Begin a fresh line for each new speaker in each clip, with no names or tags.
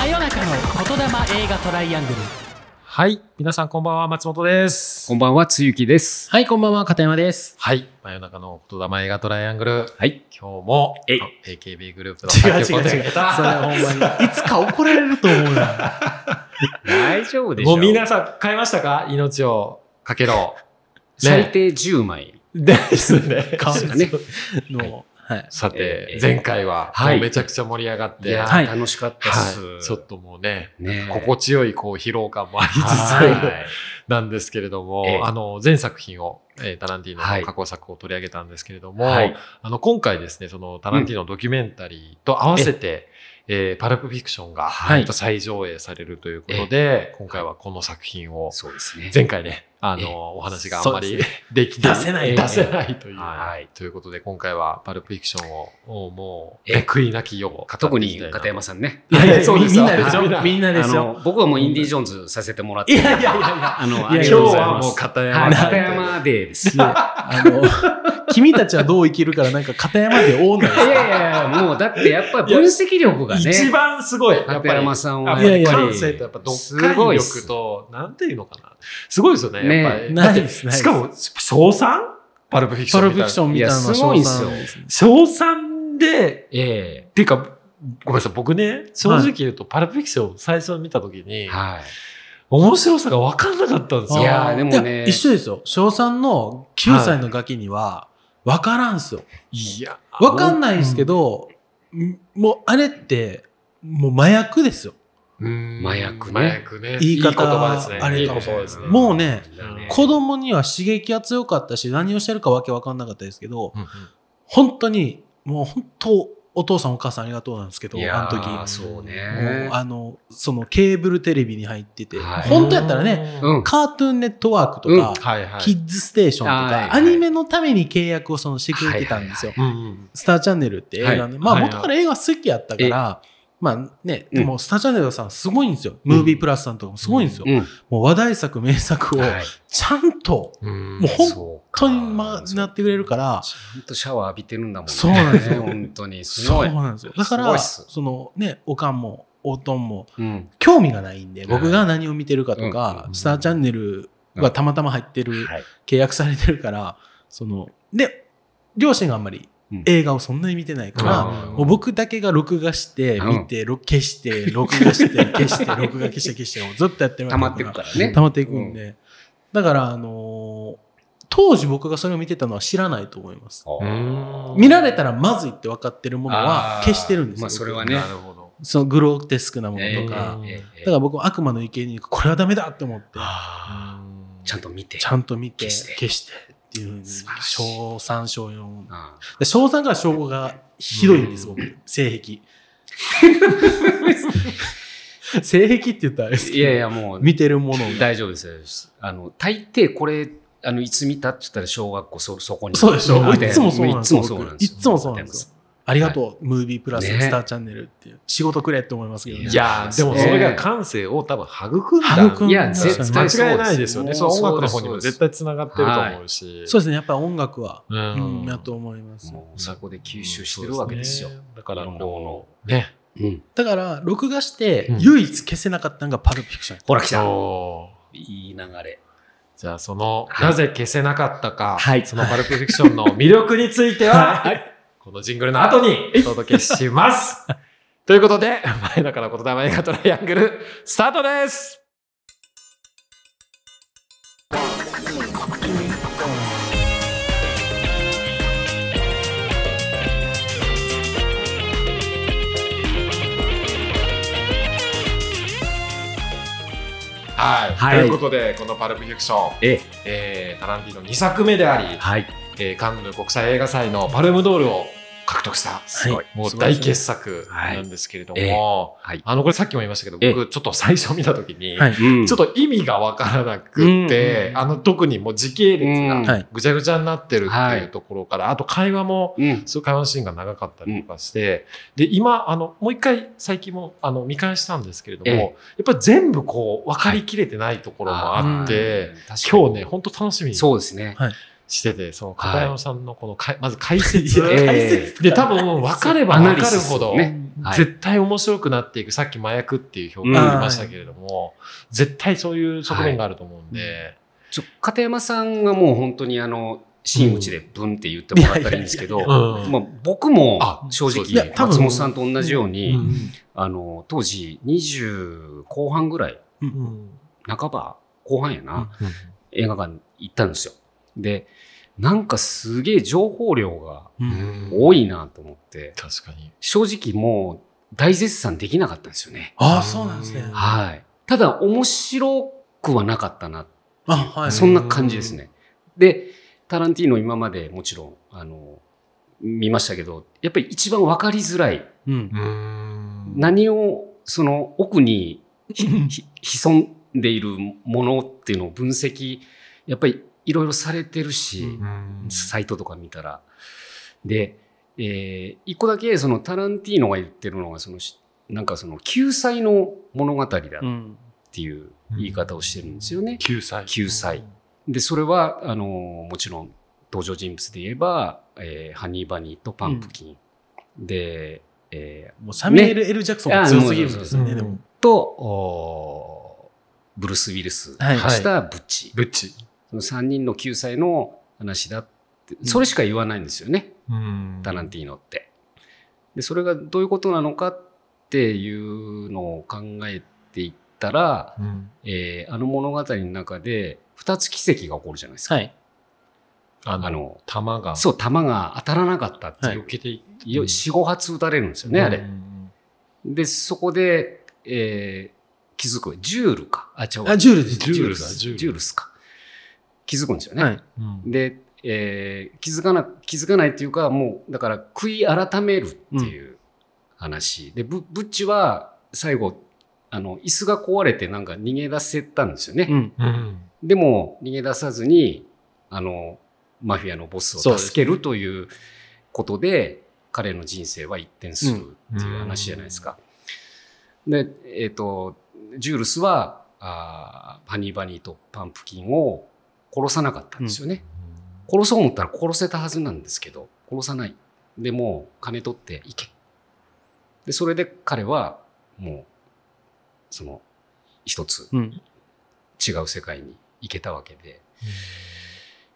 の言霊映画トライアングル
はい。皆さんこんばんは、松本です。
こんばんは、つゆきです。
はいこんばんは片山です
はい。真夜中の言霊映画トライアングル。
はい。
今日も、
えい
あ AKB グループの作曲を手がけ
それ
た。
ほ んまにいつか怒られると思うな
大丈夫でしょ
もう皆さん変えましたか命をか けろ。
最低10枚。
ですね。
顔
がね
のはい
さて
え、ー
前回は、
はい
もうめちゃくちゃ盛り上がって、
いやー、
はい
楽しかったっす。
はいちょっともうね、
ねえ
心地よいこう疲労感もありつ
は
つなんですけれども、
ええ
あの、全作品を、えータランティーノ
はい
の過去作を取り上げたんですけれど
い。
も、
はい。
あの、今回ですね、そのタランティーノのドキュメンタリーと合わせて、えーパルプフィクションが、
はい
また再上映されるということで、今回はこの作品を、
そうですね。
前回ね、あ
ええ
の、お話があんま
そ
り
う
できて、
出せない
出せないという。
はい
ということで、今回はパルプフィクションを、をもう、
ええ
ね、悔いなきよう語っていきたいな、
特に片山さんね。
いやいや
そうです
みんなです
みん
よ
な
みんな
あ
ですよ
の、僕はもうインディ・ジョーンズさせてもらっ
い
て。
やいやいやいや
あの、あ
い
今
や
り
日
がとうござい
は
ま
もう
す。
片
は
山
い、
さん
片
という。
山デーです。いや
あの、 君たちはどう生きるからなんか片山で大ない
いやいや、もうだってやっぱり分析力がね、
一番すごい。やっ
片
ぱり
山さん
あ
は
やっぱ
や
り
っぱ
感
り、
性とやっぱ
す
読
ご
解
いっす
力と、なんていうのかな。すごいですよね、
ね
やっぱり。
ないですね。
しかも、賞賛パルプフィクショ
パ
ン
ル
み
プ
たいな。
フィクションみたいなのはい
やすごいんすよ
賞
賞賛ですね
賛で、
え
っていうか、ごめんなさい、僕ね、正直言うと、パルプフィクションを最初見たとき
え
に、
はい。
面白さが分かんなかったんですよ。
いやー
あー
でもね
いや一緒ですよ。小三の9歳のガキには、わからんすよ。
いや、
わかんないですけど、んもうあれって、もう麻薬ですよ。
麻
麻薬ね
麻薬ね。
言い方
言葉ですね。
あれかも
いい言葉ですね。
もうね
うん
子供には刺激が強かったし、何をしてるかわけわかんなかったですけど、
うんうん
本当に、もう本当、お父さんお母さんありがとうなんですけど、
いや
あの
ー
時。
そう
もう
ね。
あの、そのケーブルテレビに入ってて、
はい
本当やったらね、
うん
うん。
カートゥーンネットワークと
うん
か、
はいはい。
キッズステーションとか、
はいはい
アニメのために契約をそのしてくれてたんですよ。
うんうん
スターチャンネルって映画ね、
はい
まあ
はいはい
元から映画好きやったから、まあね、
うん
でもスターチャンネルさんすごいんですよ。ムービープラスさんとかもすごいんですよ。
うん。
もう話題作、名作を
はい
ちゃんと、
うん
もうほん
そうか
本当にまなってくれるから、
ちゃんとシャワー浴びてるんだもんね。
そうなんですよ
本当に。す
そ
ご
う
い。
なんですよ。だか
すごい
ら、
っす
そのね、おかんも、おとんも、
うん。
興味がないんで、
はい
僕が何を見てるかと
うんうん
か
う、ん
スターチャンネルがたまたま入ってる、
はい。
契約されてるから、その、で、両親があんまり
うん
映画をそんなに見てないから、
うん
もう僕だけが録画して、
うん
見て、録消して、録 画して、消して、録画消して、消して、もうずっとやってる
溜
わけだ
まってくから
う
ね
ん。
溜まっていくんで。だから、あのー当時僕がそれを見てたのは知らないと思います。
うん
見られたらまずいって分かってるものは
あー
消してるんですよ。
まあそれはね
なるほど。
僕そのグロテスクなも
え
の
え
とか。
ええ
だから僕も悪魔の生贄にこれはダメだって思って、
ちゃんと見て。
ちゃんと見
消
て、
して
消してっていうふうに、
素晴らしい
小3、小4。
ああ
で小3から小5がひどいんです、
うん
僕、性癖。性癖って言ったらあれですけ
い
ど
やいや、もう、
見てるものが。
大丈夫です。あの、大抵これ、あの、いつ見たって言ったら小学校そ、そこに。
そうでしょ
あって
いつもそうなん
い
です
つ
よ
もそうなんですよ
いつもそうなんですよ。ありがとう、ムービープラス、
ね
スターチャンネルっていう。仕事くれって思いますけどね。
いやーでもそれが感性を多分育んだ
育ん
いや、
うん
絶対そう
間違いないですよね。その音楽の方にも絶対つながってると思うし。
そうですね、やっぱり音楽は、
う
うんん、やと思います。
もうそこで吸収してるわけですよ。
そうねだから、
いろんな
こ
も
う、ね。
うん。
だから、録画して
うん、
唯一消せなかったのがパルプフィクション。
ほら、来た。
そう
いい流れ。
じゃあ、その、
はい
なぜ消せなかったか、
はい
そのパルプフィクションの魅力については、このジングルの後にお届けします。 ということで、前中の言霊映画トライアングル、スタートですはい、
はい
ということでこの「パルプ・フィクション」
ええ、
えータランティーノ2作目であり、
はい。
えーカンヌ国際映画祭のパルムドールを獲得した、
すごい。
もう大傑作なんですけれども、
はいええはい
あの、これさっきも言いましたけど、
ええ
僕ちょっと最初見た時に、
はい
うん
ちょっと意味がわからなくて、
うん
あの、特にもう時系列
うん
は
が
い
ぐちゃぐちゃになってるっ
は
ていう
い
ところから、あと会話も、
うん。
そういう会話のシーンが長かったりとかして、で、今、あの、もう一回最近も、あの、見返したんですけれども、
ええ
やっぱり全部こう、分かりきれてないところもあって、
ー、確かに
今日ね、、本当楽しみに
そうですね。
はい
してて、その片山さんのこのかい、まず解説。
いや解
え
説
で、多分分かれば分かるほど、
アナリシスねはい
絶対面白くなっていく、さっき麻薬っていう表現ありましたけれども、絶対そういう側面があると思うんで、
ーちょ片山さんがもう本当にあの、真打ちでブンって言ってもらったらいいんですけど、
うん
まあ、僕も
あ
正
そうです
ね
直、
多分
松本さんと同じように、
うん
あの、当時20後半ぐらい、
うん
半ば後半やな、映画館行ったんですよ。で、なんかすげえ情報量が
うん
多いなと思って、
確かに。
正直もう大絶賛できなかったんですよね。
ああ、そうなんですね。
は
はい。ただ面白くはなかったな。
あ、はい。
そんな感じですね。で、タランティーノ今までもちろん、あの、見ましたけど、やっぱり一番わかりづらい。
うん。
何を、その奥に ひ潜んでいるものっていうのを分析、やっぱりいろいろされてるし、サイトとか見たら。で、えー一個だけそのタランティーノが言ってるのが、そのし、なんかその救済の物語だっ
うん。
ていう言い方をしてるんですよね。
救済。
救済。で、それは、あの、もちろん登場人物で言えば、えーハニーバニーとパンプキン。で、え
もうサミュエル・ L ・ジャクソンが強すぎるんですよ
あ
ね、
ー
で
も
も。
ーと、おーブルース・ウィルス、
はい
したブッチ。
ブッチ。
その3人の救済の話だって、それしか言わないんですよね。タランテ
テ
ィーノって。で、それがどういうことなのかっていうのを考えていったら、
ィー
えーあの物語の中で2つ奇跡が起こるじゃないですか。
はい。
あ
あ
の、
の、
弾が、
そう、弾が当たらなかったっていう、
避けてい
いよ4、5発撃たれるんですよね、あれ。で、そこで、えー気づく。ジュールか。あ、違う。
あ、ジュールです。
ジュールだ
ス
ジ
ジ
ュー
ュ
ル
ールスか。気づくんですよね。
はい。
で、えー気づかな、気づかないっていうか、もう、だから、悔い改めるっていう話。で、ブブッチは、最後、あの、椅子が壊れてなんか逃げ出せたんですよね。
ん。
うん。
でも、逃げ出さずに、あの、マフィアのボス
そう
を
です
助けるということで、彼の人生は一転するっていう話じゃないですか。で、えっ、と、ジュールスは、あーハニーバニーとパンプキンを殺さなかったんですよね。殺そう思ったら殺せたはずなんですけど、殺さない。で、もう金取っていけ。で、それで彼は、もう、その、一つ
うん。
違う世界に行けたわけで、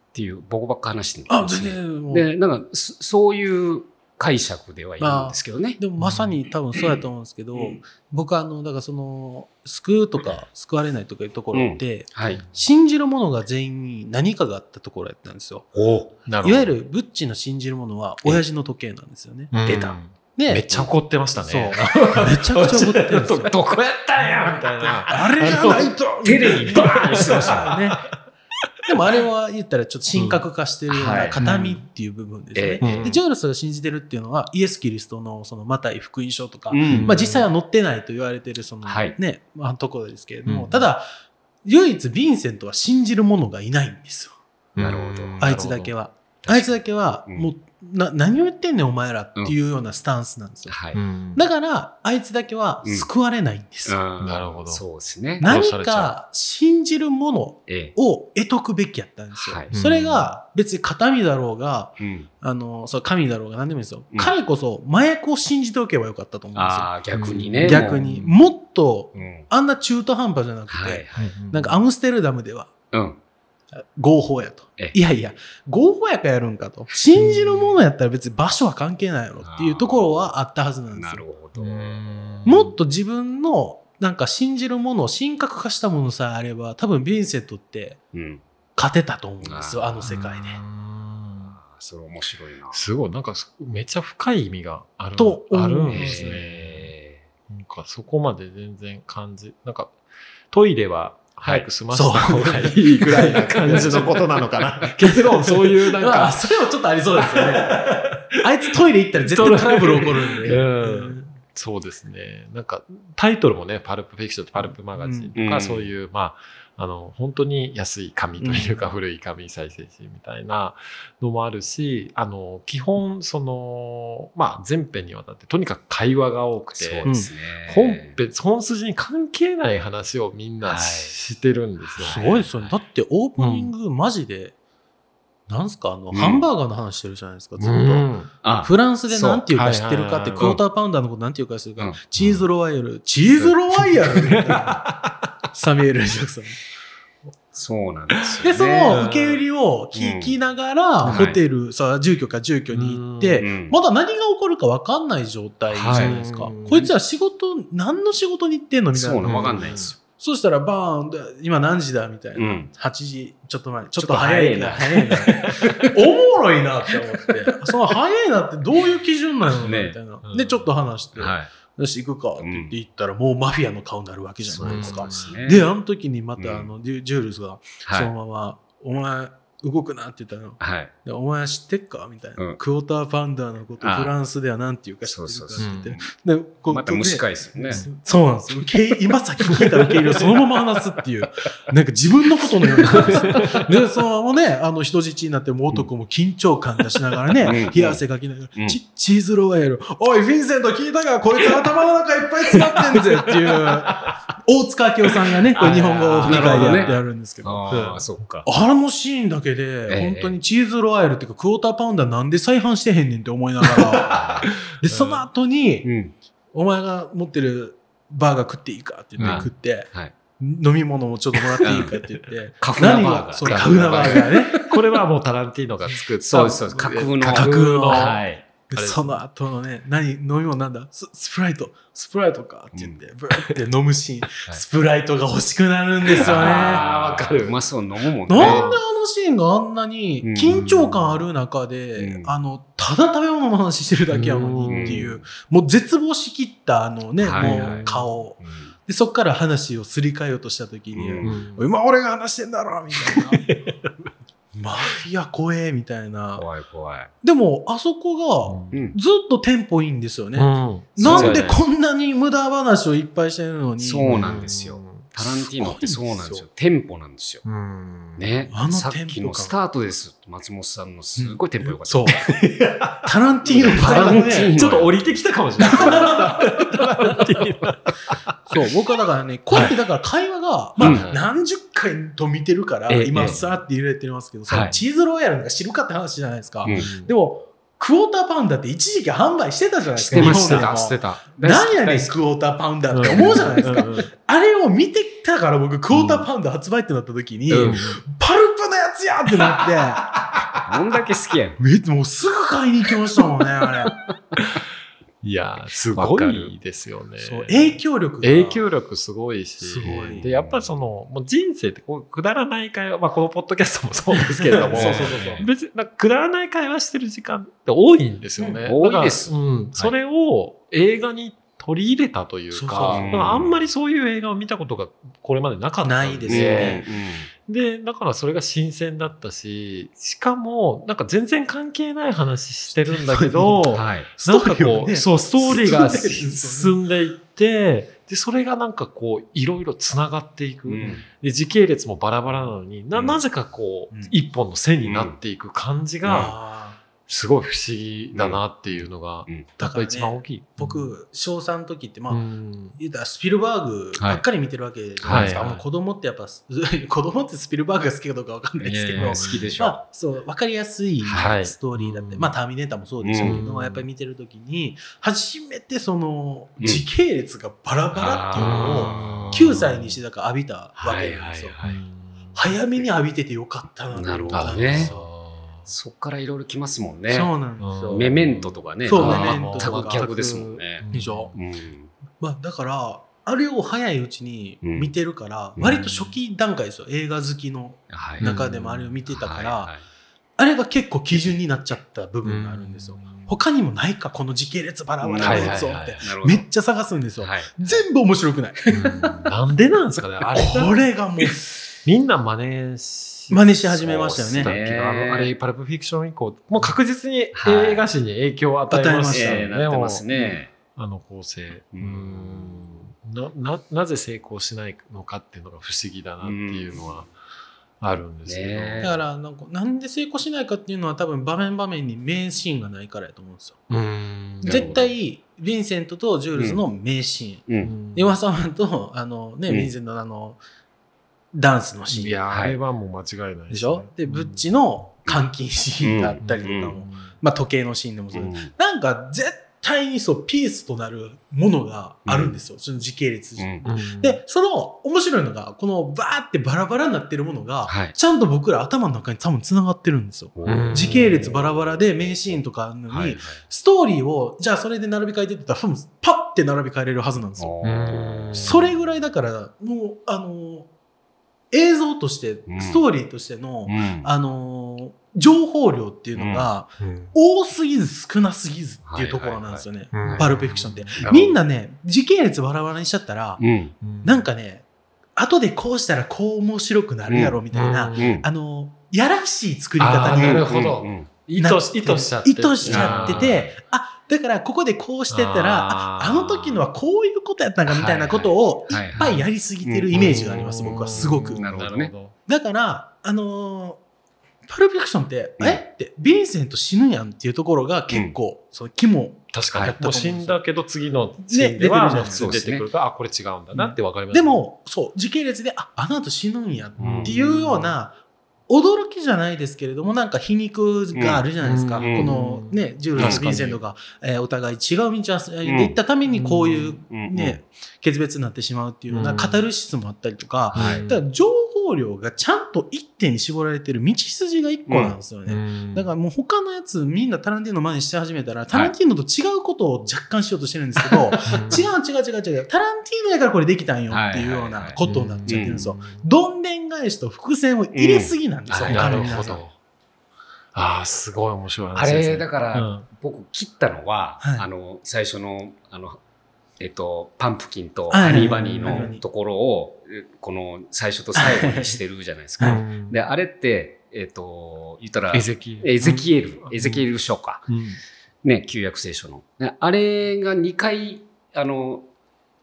っていう、僕ばっか話してるん
あ、
です
全
ね。
然、もう。
で、なんか、そそういう解釈ではいるんですけどね。
でもまさに多分そうやと思うんですけど、
うん
僕はあの、だからその、救うとか救われないとかいうところって、
はい。
信じるものが全員に何かがあったところやったんですよ。
おなるほど。
いわゆるブッチの信じるものは親父の時計なんですよね。
うん、
出た
で、
めっちゃ怒ってました
そう。
ね。
めちゃくちゃ怒ってるんですよ。
どこやったんや
みたいな。
あれ
じゃない
と
テレビバーンしてました。
ね。 でもあれは言ったらちょっと神格化してるよう
うんは
ない形見っていう部分ですね。
うん
でジョールスが信じてるっていうのはイエス・キリストのそのマタイ福音書とか、
うん
まあ、実際は載ってないと言われてるその、
はい
ねまあ、ところですけれども、
うん
ただ唯一ヴィンセントは信じる者がいないんですよ
なるほど
うん
あいつだけ。は。
確かに
あいつだけは
うん
もう、な何を言ってんねんお前らっていうようなスタンスなんですよ。
はい。
うん
だからあいつだけは救われないんですよ。
うん
なるほど
そうですね。
な
何か信じるもの
ええ。
を得とくべきやったんですよ。
はい
それが別に形見だろうが、
うん
あの、そう、神だろうが何でもいいですよ。
うん
彼こそ麻薬を信じておけばよかったと思うんですよ。
ああ、逆にね。
逆に。
うん
もっと、
もう。うん。
あんな中途半端じゃなくて、
はい。
なんかア、ムステルダムでは
うん。
合法やと
え。え
いやいや、合法やからやるんかと。信じるものやったら別に場所は関係ないやろっていうところはあったはずなんで
な
す
る
よ。
ほど。
もっと自分の、なんか信じるものを神格化したものさえあれば、多分ヴィンセントって
うん。
勝てたと思うんですよ、あの世界で。
うん
ああ、それ面白いな。
すごい、なんかそめっちゃ深い意味がある。
と思う
ある
そ
ん
う
ですね。
へ
なんかそこまで全然感じ、なんかトイレは早く済ませた方がいいぐらいな感じのこと なのかな。結論、そういうなん
まあ、
か、
それもちょっとありそうです よね。あいつトイレ行ったら絶対トラブル起こるんで。
うんそうですね。なんか、タイトルもね、パルプフィクションとパルプマガジンと
う
か、
ん
そういう、まあ、あの、本当に安い紙というか、古い紙再生紙みたいなのもあるし、あの、基本、その、まあ、全編にわたって、とにかく会話が多く
ー
て、
そうですね。
本編、本筋に関係ない話をみんな
はい
してるんですよ。
すごいですよね。だってオープニングマジで、なんすかあの、
ん
ハンバーガーの話してるじゃないですか、ずっと。
うん
あ、
フランスでなんていうか知ってるかって、
そう
クォーターパウンダーのことなんていうか知ってる
う
か
ん、
チーズロワイヤル。チーズロワイヤルみたいなサミュエル・ジャクソン。
そうなんですよ、ね。
で、その受け売りを
うん
聞きなが
は
ら、
い
ホテル、さ、住居か住居に行っ
う
て、
ん
まだ何が起こるか分かんない状態じゃないですか。
はい
こいつは仕事、何の仕事に行ってんのみた
そう
い
な
な。
の、わかんないんですよ。
そしたら、バーンで、今何時だみたいな。
うん。
8時ちょっと前ちょ
っ
っ
と
と
早
早
い
い
な
な早いな おもろいなって思ってその早いなってどういう基準なの
ね
みたいな、
うん
でちょっと話して、
はい。
よし行くかって言って行ったら、もうマフィアの顔になるわけじゃないですか、
そうですね
であの時にま
うん
たあの、デュジュールズが
は
その
い。
まま「お前動くな」って言ったの
はい。
でお前知ってっか?」みたいな、
うん
クォーターパウンダーのこと
ああ
フランスではなんていうか知って
そ
る
うそう
かって
そ
そ
言
う
って、
うん
でこう
また蒸し返ですよね。
そうなんです。受け、今さっき聞いた受け入れをそのまま話すっていう、 なんか自分のことのように話す。 で、そのままね、あの人質になっても男も緊張感出しながら
うん
ね、冷や汗かきなが
うん
ら、チチーズロワイヤル、おい、フィンセント聞いたかこいつ頭の中いっぱい詰まってんぜっていう、 大塚明夫さんがね、こう日本語を吹き替えでやってあるんですけど。
ああ、そっか。
あのシーンだけ
え
で、
え
本当にチーズロワイヤルっていうか、クォーターパウンダーなんで再販してへんねんって思いながら、 で、その後に、
うん。
お前が持ってるバーガー食っていいかって言
うん
って食って、
はい。
飲み物もちょっともらっていいかって 言って、
カフナバーガー
何がそう、
カ
カ
フ
フ
ナ
ナ
バ
バ
ー
ーガー ね。
これはもうタランティーノが作った。
そうです、そうです。架空の。
架
空の
はい。
で
あれ
その後のね、何、飲み物なんだススプライト、スプライトかって言って、ブーって飲 むシーン、
い
スプライトが欲しくなるんですよね。なん
ああ、わかる。うまそう飲むもん
で
ね。
あのシーンがあんなに緊張感ある中
う
で
ん、
あの、ただ食べ物の話してるだけやのにっていう、もう絶望しきったあのね、
はい
はい
もう顔。
うん
で、そっから話をすり替えようとした時に、
うん
うん
今俺が話してんだろみたい なマフィア怖えみたいな
怖い怖い。
でもあそこが
うん。
ずっとテンポいいんですよね、
う
なんでこんなに無駄話をいっぱいしてるのに
そうなんですよ。タランティーノってそうなんですよ。テンポなんですよ。
うん。
ね
あ。の
さっき
テンポ
の
感
スタートです。松本さんのすごいテンポ良かった。
そうタランティーノ
タランティーノ
ちょっと降りてきたかもしれない。タランティーノ
そう僕はだからねこうやってだから会話が、
うん
まあ、何十回と見てるから、
ええ
今さーって言れてますけど、そ
は
の
い
チーズロイヤルなんか知るかって話じゃないですか、
うん
でもクォーターパウンダーって一時期販売してたじゃないです
し
か
てま
日
し
本で
た、
も
してた。
何やねん、
大好き
クォーターパウンダーって思うじゃないですか。あれを見てたから僕、クォーターパウンダー発売ってなった時に、
うん
パルプのやつやっ てなっ
どんだけ好きやん。
て、え、もうすぐ買いに行きましたもんね、あ
いや、すごいですよね
れ。。そう、影響力が。
影響力すごいし
すごい
でやっぱりそのもう人生ってこうくだらない会話、まあ、このポッドキャストもそうですけれども
そうそうそうそう
ね
別になんかくだらない会話してる時間って多いんですよね。
うん多いです
だからうん、それを映画に取り入れたという
そう
か、
そう
そう
だからあんまりそういう映画を見たことがこれまでなかったん
ないですね。
で、だからそれが新鮮だったし、しかも、なんか全然関係ない話してるんだけど、
うんはい。
ス
な
ト
んか
ーリー
こ
を
う、
ね
そう、ストーリーが
進んでるんですよ
進んでいって、で、それがなんかこう、いろいろ繋がっていく。
うん
で、時系列もバラバラなのに、な、
うん
なぜかこう
うん、
一本の線になっていく感じが、
あー
すごい不思議だなっていうのが、や
だ
っ
か
ぱ
ら、
一番大
ね、
きい。
僕、小3の時って、まあ、
うん、
言うたらスピルバーグばっかり見てるわけじゃないですか、
はい
もう子供ってやっぱ 子供ってスピルバーグが好きかどうかわかんないですけ
い
ど、
やいや
好きでし
ま
ょ。
あ、そう分かりやすい
はい
ストーリーだって、
うん
まあ「ターミネーター」もそうでしたけど、
うん
やっぱり見てる時に初めてその
うん
時系列がバラバラっていうの
あ
を
ー
9歳にしてだから浴びたわけなんですよ、
はい
早めに浴びててよかったな
なるほ
だ
ど
ね
ね。
そ
そっからいろいろ来ますもん
う
ね。
そうなんですよ、
うん
メメントとかね。
そう
あー
メメントとか
全く逆ですもんね。
でしょ
うん
まあ、だからあれを早いうちに見てるから、
うん
割と初期段階ですよ映画好きの
はい
中でもあれを見てたから、
はい
あれが結構基準になっちゃった部分があるんですよ、他にもないかこの時系列バラバラのやつをって、
はいはいは
は
い
いなるほど
めっちゃ探すんですよ、
はい
全部面白くない。
なんでなんですかねあれ
これがもう、
みんな真似し
真似し始めましたよね
そうっす
ね
あのあれ、パルプフィクション以降、もう確実に映画史に影響を与えまし
そ
た
う
よね。
えーなってますね。
もうあの構成。
う
うんんなななぜ成功しないのかっていうのが不思議だなっていうのはあるんですけど、
うんね
だからなんか、なんで成功しないかっていうのは多分場面場面に名シーンがないからやと思うんですよ。
うん
なるほど
絶対、ヴィンセントとジュールズの名シ
う。
うんん
ーン。岩沢さんと、あのね、
うん
ヴィンセントのあの、ダンスのシ
い
ーン
や、
はい
あれはもう間違いない
でしょで、ブッチ
の
の監禁シーンだったりとかも、
う
まあ、時計のシーンでもそうう、
ん
なんか絶対にそうピースとなるものがあるんですよ、その時系列、
うん
うん
でその面白いのがこのバーってバラバラになってるものが、
はい
ちゃんと僕ら頭の中に多分つながってるんですよ
うん
時系列バラバラで名シーンとかあるのに、
はいはい
ストーリーをじゃあそれで並び替えてって言ったら多分パッて並び替えれるはずなんですよ
うん
それぐらいだから、もう、あのー映像として
う、ん
ストーリーとしての、
うん
あのー情報量っていうのが、
うん
多すぎず少なすぎずっていうところなんですよね。
うん
パルプフィクションって
う
みんなね、時系列バラバラにしちゃったら、
うん
なんかね、後でこうしたらこう面白くなるやろみたいな、
うん
うん
あのーやらしい作り方
あーな
に
るほど
うん
意図
な
し意図しちゃって
意図しちゃってて、あ、だからここでこうしてたら、
あ
あ
ー
あの時のはこういうことやったんかみたいなことをい
はいはい
っぱいやりすぎてるイメージがあります、
うん
僕はすごく
うん。
なるほどね
だから、あのーパルプフィクションって、
うん
えって、ヴィンセント死ぬやんっていうところが結構、その肝、
確
は
か
い
にもう死んだけど次のシーンで
ね出てる
は
じゃ
もう
ん
普通に出てくるからあこれ違うんだなって分かります
でも、そう、時系列で、あ、あの後死ぬんやっていうような、驚きじゃないですけれども、なんか皮肉があるじゃないですか。
うん
このね、ジュールとヴィンセントが、えーお互い違う道をで行ったためにこういう
うん
ね、決別になってしまうっていうような
うん
カタルシスもあったりとか、
はい
だから情報量がちゃんと一点に絞られてる道筋が一個なんですよね。だからもう他のやつみんなタランティーノ真似して始めたら、タランティーノと違うことを若干しようとしてるんです けど、違う違う違う違う、タランティーノやからこれできたんよっていうようなことになっちゃってるんですよ。どんでん返しと伏線を入れすぎなんですよ、
うん
他
な
の
る
皆
ほ
さん。
どああすごい面白い
あ
話ですね
れだか
う
ら
ん
僕切ったのは、
はい
あの最初のあの、えっと、パンプキンと
は
ハ
い
ニーバニー
ハニーバニ
の
ー
ところをえこの最初と最後にしてるじゃないです
は
か。
うん
であれって、えっと、言ったら
エゼキ
エゼキエル、
うん
エゼキエル書か、
うん
ね、旧約聖書の。ねあれが2回あの、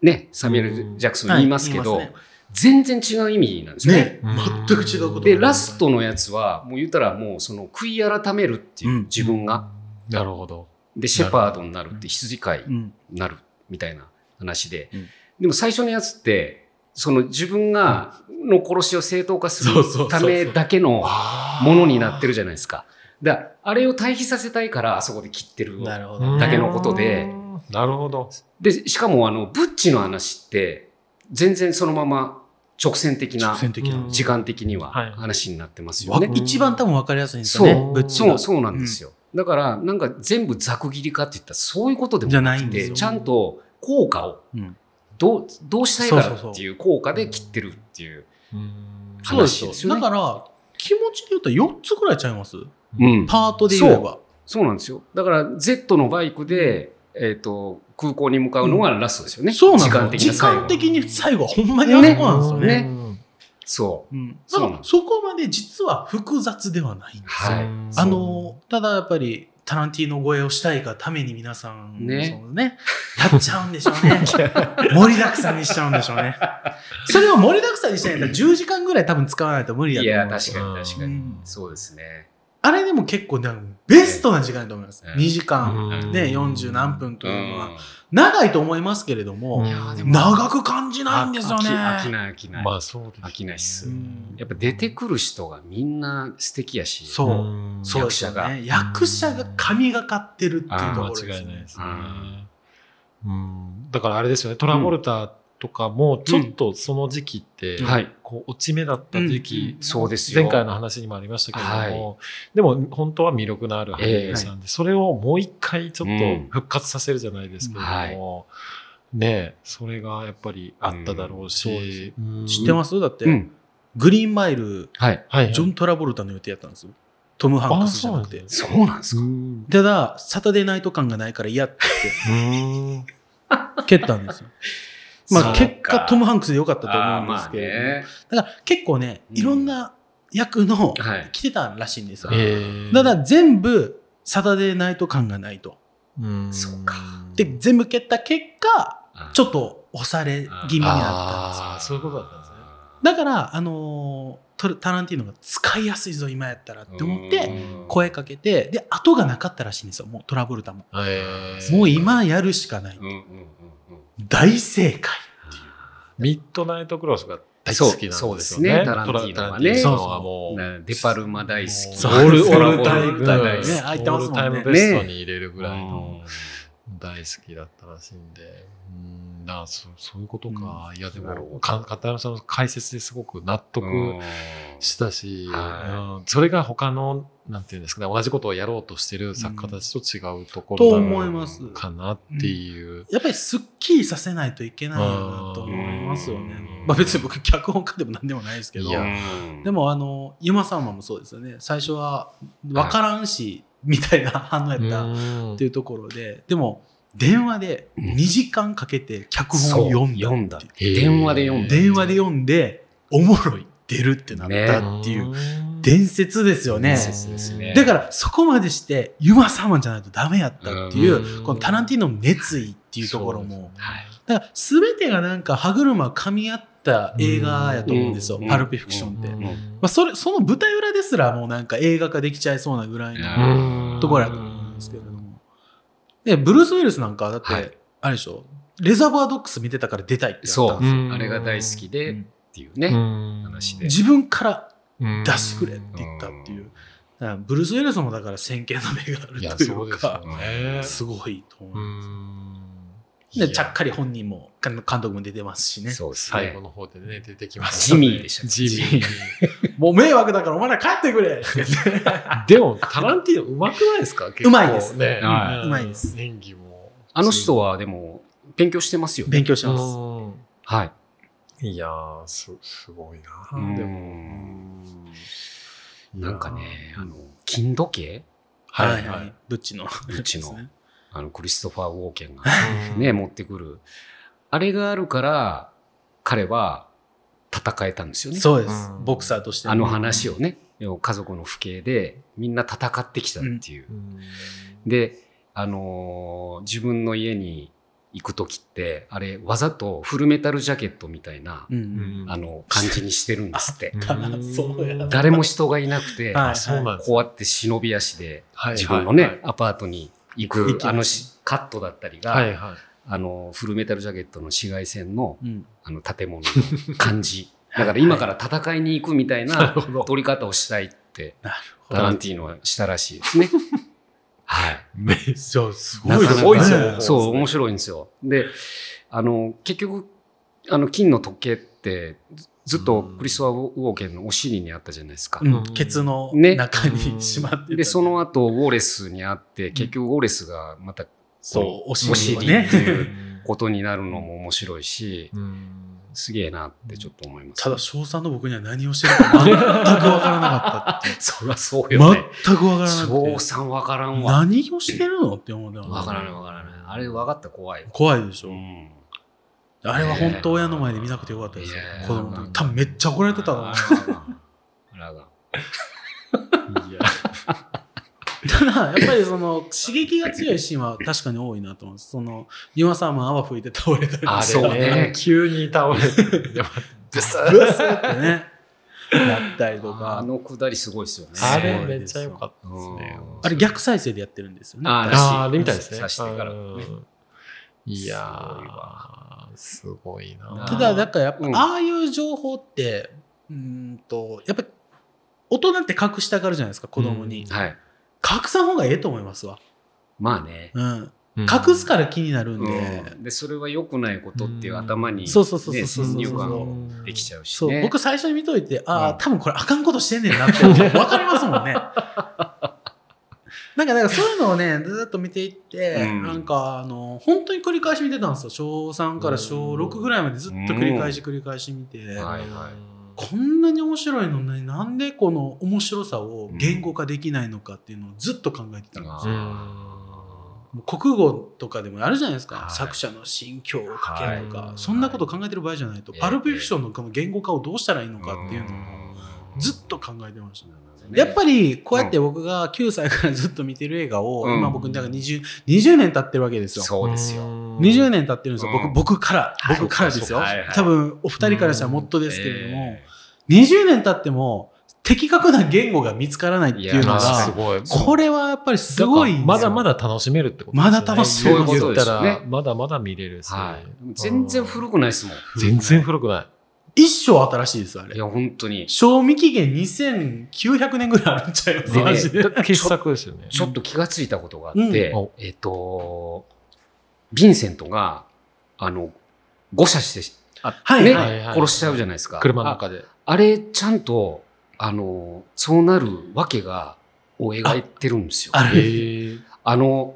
ね、サミュエ
う
ル・
ん
ジャクソン
は
言いますけど、
言い
全然違う意味なんですよね。
ね
うん
全く違うこと
でラストのやつはもう言ったらもうその悔い改めるっていう、
うん
自分が
なるほど
でシェパードになるって羊飼い
うん
なるみたいな話で、
うん
でも最初のやつってその自分がの殺しを正当化する
そうそうそうそう
ためだけのも
も
のになってるじゃないですかだからあれを対比させたいからあそこで切ってる
なるほ
う
ど
ん
だけのことで
なるほど
でしかもあのブッチの話って全然そのまま直線的な
直線的な
うん
時間的には
はい
話になってますよ
わ
ね、
ん
一番多分分かりやすいんですよね
そう
ぶっち
そ
が
うそうなんですよ、だからなんか全部ざく切りかっていったらそういうことでも
じゃないんです
で
よ
ちゃんと効果を
うん
どうどうしたいか
そうそうそ
ら
う
っていう効果で切ってるっていう
うん
そう話ですよね
だから気持ちで言うと4つぐらいちゃいます
うん
パートで言えば
そうなんですよだから Z のバイクで、えー、と空港に向かうのがラストですよね、
そうなん
時間
で
的
すよ
な
時
最
間
後
的に最後はほんまにあそこなんですよね
ねそう
うんだ
そう
か
なの
らそこまで実は複雑ではないんですよ
はい
うん
あのただやっぱりタランティーノ越えをしたいがために皆さん
ね
そのねやっちゃうんでしょうね盛りだくさんにしちゃうんでしょうねそれを盛りだくさんにしたいんだったら10時間ぐらい多分使わないと無理だ
い
と思
や
うんです
確
よ
かに確かに、
うん
そうですね
あれでも結構ねベストな時間だと思います
ね
2時間
うん
ね、40何分というのは、
ん
長いと思いますけれども、
うん
いやーでも
長く感じないんですよね。
飽き飽きない飽きない、
まあそうですね
飽きないっす
うん
やっぱ出てくる人がみんな素敵やし
そう
うん
そうですよね。役
役
者
者が
が神がかってるっていうとこ
間
ろです
違いない
ね
で。す
う
ね
ん。
うん、だからあれですよね、トラボルタとかも、ちょっとその時期って、
うん
はい
こう落ち目だった時期、
うん
そうですよ
前回の話にもありましたけれども、でも本当は魅力のある俳優さんで、それをもう一回ちょっ
うん
と復活させるじゃないですけれども、ねえそれがやっぱりあっただろう
うんそうです
し、うん
知ってますだって、
うん
グリーンマイル、
はい
はいはい、
ジョン・トラボルタの予定やったんですよ。トム・ハンクスじゃなく
あそうなん
て
で。
そうなんです
う
か
ん
ただ、サタデーナイト感がないから嫌って
うん
蹴った んですよ。まあ
そう
結果トム・ハンクスでよかったと思
あー
うんですけれども、
まあね
だから結構ね、
うん
いろんな役の
はい
来てたらしいんですよ。
えー
ただ全部サタデーナイト感がないと。
うん
そうか
で、全部蹴った結果、ちょっと押され気味になったんですよ。
ああ、そういうことだったんですね。
だから、あのートルタランティーノが使いやすいぞ、今やったらって思って、
うん
声かけて、で、後がなかったらしいんですよ、もうトラブルタも。
えー
もう今やるしかない。
うんうんうんうん
大正解。
ミッドナイトクロスが大好きなんですよね。
そうそうですねタランティーノはね
タランティーノはもう、
なデパルマ大好き。
オール、オ
そう
ールタイ
オール
ム、
タイムね
ね、
空いてますもんね
オールタイムベストに入れるぐらい
う
の
ん
大好きだったらしいんで、うん、なあそそういうことか。いや、で
なるほ
も、
ど
か片山さんの解説ですごく納得
うん
したし、
は
うんそれが他の、なんていうんですかね、同じことをやろうとしてる作家たちと違うとこ
と
ろ
思
ないの
ます。
かなっていう。
やっぱりすっきりさせないといけないなと思いますよね
うん。
まあ別に僕脚本家でも何でもないですけど
い、や
うん
でもあの、ユマさんもそうですよね。最初はわからんし、みたいな反応やった
うん
っていうところで、でも電話で2時間かけて脚本を読んだ。
そう読んだ
へー
電話で読んだ
電話で読んで、おもろい出るってなったっていう、伝説ですよね
伝。説ですね
だからそこまでして、ユマ様じゃないとダメやったっていう、
うん
このタランティーノの熱意っていうところも、
はい
だから全てがなんか歯車を噛み合った映画やと思うんですよ、
うん
パルプフィクションって。
うん
ま
ま
あ、それその舞台裏ですらもうなんか映画化できちゃいそうなぐらいの
うん
ところやと思うんですけれども。で、ブルース・ウィルスなんかだって、
はい
あれでしょ、レザーバードックス見てたから出たいってやった
そ
ん
う、
ですよ
うん
あれが大好きで
う
っ
ん
ていうね、
話
で
自分から
出
出してくれって言ったっていう。だからブルース・ウィルスもだから先見の目があ
いや
るとい
そううです
か
よ、ね
すごいと思
う
いま
ん
す。で、ちゃっかり本人も、監督も出てますしね。
そうです
最後
ね。
の方でね出てきまし
ジ
た
ミーでしたっけ
ジミー
もう迷惑だからお前ら帰ってくれ
でもタランティーノうまくないですか結構
うまいです
ね
はい
うまいです
演技も
あの人はでも、勉強してますよね。
勉強し
う
ます。
ん
はい。
いやーすすごいな
うん
でも
なんか
い
ね
や、ー
あの、金時計
はいはいはい。
ブッチの。
ブッチの
ですね
あの、クリストファー・ウォーケンがね、持ってくる。あれがあるから、彼は戦えたんですよね。
そうです
う。ん
ボクサーとしても。
あの話をね、要は家族の不敬で、みんな戦ってきたっていう。
うん
で、あのー自分の家に行く時って、あれ、わざとフルメタルジャケットみたいな、
うんう。
うんん
あの、感じにしてるんですって。
ただそうやな
誰も人がいなくて、
はい
あそうなんです
こうやって忍び足で、
はい
自分のね、
はいはい
アパートに行
行
く、
きま
あ
す
のしカットだったりが、
はいはい
あの、フルメタルジャケットの紫外線の、
うん
あの、建物の感じ。だから今から戦いに行くみたい
な
な
るほど
撮り方をしたいって、
なるほ
タ
ど
ランティーノはしたらしい ですね。はい。
めっ
そう、す
なかなか
すごい
ね
情報
で
そう、面白いんですよ。で、あの、結局、あの、金の時計って、ずずっとクリストワー・ウォーケンのお尻にあったじゃないですか。
うんケツの
ね
中にしまってた
で、その後、ウォレスにあって、結局、ウォレスがまた
そう、お
お
尻を
尻
ね
って。いうことになるのも面白いし、
うん
すげえなってちょっと思います。
ただ、翔さんの僕には何をしてるか全くわからなかっ
そりゃ そう
た。
よね。
全くわからな
そう
くて。
さんわからんわ。
何をしてるのって思うな。
わからないわからない。あれわかったら怖い。
怖いでし
う
ょ。
ん。
あれは本当親の前で見なくてよかったですよ
いや。ー
子供の時。多分めっちゃ怒られてたの。
あらが。
いや
ただ、やっぱりその、刺激が強いシーンは確かに多いなと思うんです。その、ユマさんも泡吹いて倒れたり
あ
して
そうね
急に倒れ て、でもブスッ
ブ スってね、なったりと
あ
か。
のくだりすごいですよね。
あれめっちゃ良かったですね。
あれ逆再生でやってるんですよね。
あ
確か
あーあれみたいですね。
さしてからね
うんいやー、すごいな。
ただ、だ
か
からやっぱ、
うん
ああいう情報って、うーんと、やっぱ、大人って隠したがるじゃないですか、子供に。
うん
はい。
隠さん方がええと思いますわ。
まあね。
うん。隠すから気になるんで。
うんで、それは良くないことっていう頭に、
そうそうそうそう
ね
そう
先入
そうそう
観できちゃうし
そう、
ね。
僕最初に見といて、ああ、
うん
多分これあかんことしてんねんなって、 わかりますもんね。なんか、だからそういうのをね、ずーっと見ていって、
うん
なんか、あの、本当に繰り返し見てたんですよ。小3から小6ぐらいまでずっと繰り返し繰り返し見て、
はいはい
こんなに面白いのになんでこの面白さを言語化できないのかっていうのをずっと考えてたんですよ。もう国語とかでもあるじゃないですか、
はい
作者の心境を書けるとか、
はい
そんなこと考えてる場合じゃないと、
ええ
パルプフィクションのこの言語化をどうしたらいいのかっていうのをずっと考えてましたね。やっぱ
り、
りこうやって僕が9歳からずっと見てる映画を、
うん
今僕だから 20, 20年経ってるわけですよ。
そうですよ。
20年経ってるんですよ、
う
僕
ん
僕から、
はい
僕からです
そ
よ、
うかそうか
多分お二人からしたらもっと
で
ですけれども、20年経っても的確な言語が見つからないっていうの
いやー
す
が、
ごい。
これはやっぱりすごいんですよ
まだまだ楽しめるってことですね
まだ楽しめる
言った
そういうことです
ら
よね
まだまだ見れるし
はい。全然古くないですもん。
全然古くない
一生新しいです、あれ
い。や、本当に。
賞味期限2900年ぐらいあるんちゃいます
でね
マジで。
傑作ですよね。
ちょっと気がついたことがあって、
うんお
えっと、ヴィンセントが、あの、誤射して、
はい
ね、
はい
はい
殺しちゃうじゃないですか。
車の中で。
あれ、ちゃんと、あの、そうなるわけが、を描いてるんですよ。
あ
あ
る
へえ
の、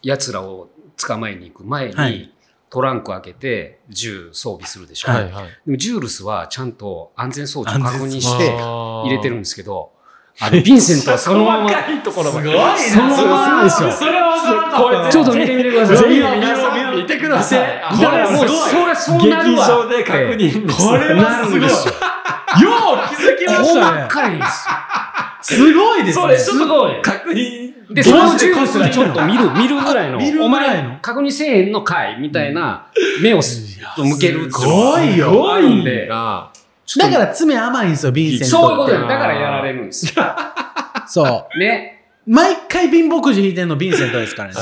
奴らを捕まえに行く前に、
はい
トランク開けて、銃装備するでしょ。
はいはい。
でも、ジュールスはちゃんと安全装置を確認し
安
て
全装置、
入
入
れてるんですけど、あの、ヴィンセントはそのまま、
細かいところまで。
そのままですよ
それは分からなかった
ちょっと見てみてください。
ぜひ
こ
皆さん見てください
これ
れもう、
すごい。
それそうなる
劇場
わ。
で確認です。
これはすごい。よ
す
う気づきました
細
ね。
かいんです
すごいです
そ
ね
れ。ちょっと
ごい
確認。
よ。で、そのジュールスにちょっと見る、見るぐらいの、
見るぐ
お
らいの
前、確認せえへんのかいみたいな目をす向けるってうのが
すごいよ
すごいんで、
あ
だから爪甘いんですよ、ヴィンセントって。
そういうことだよ。だからやられるんですよ。
そう。
ね。
毎回貧乏くじ引いてんのヴィンセントですからね。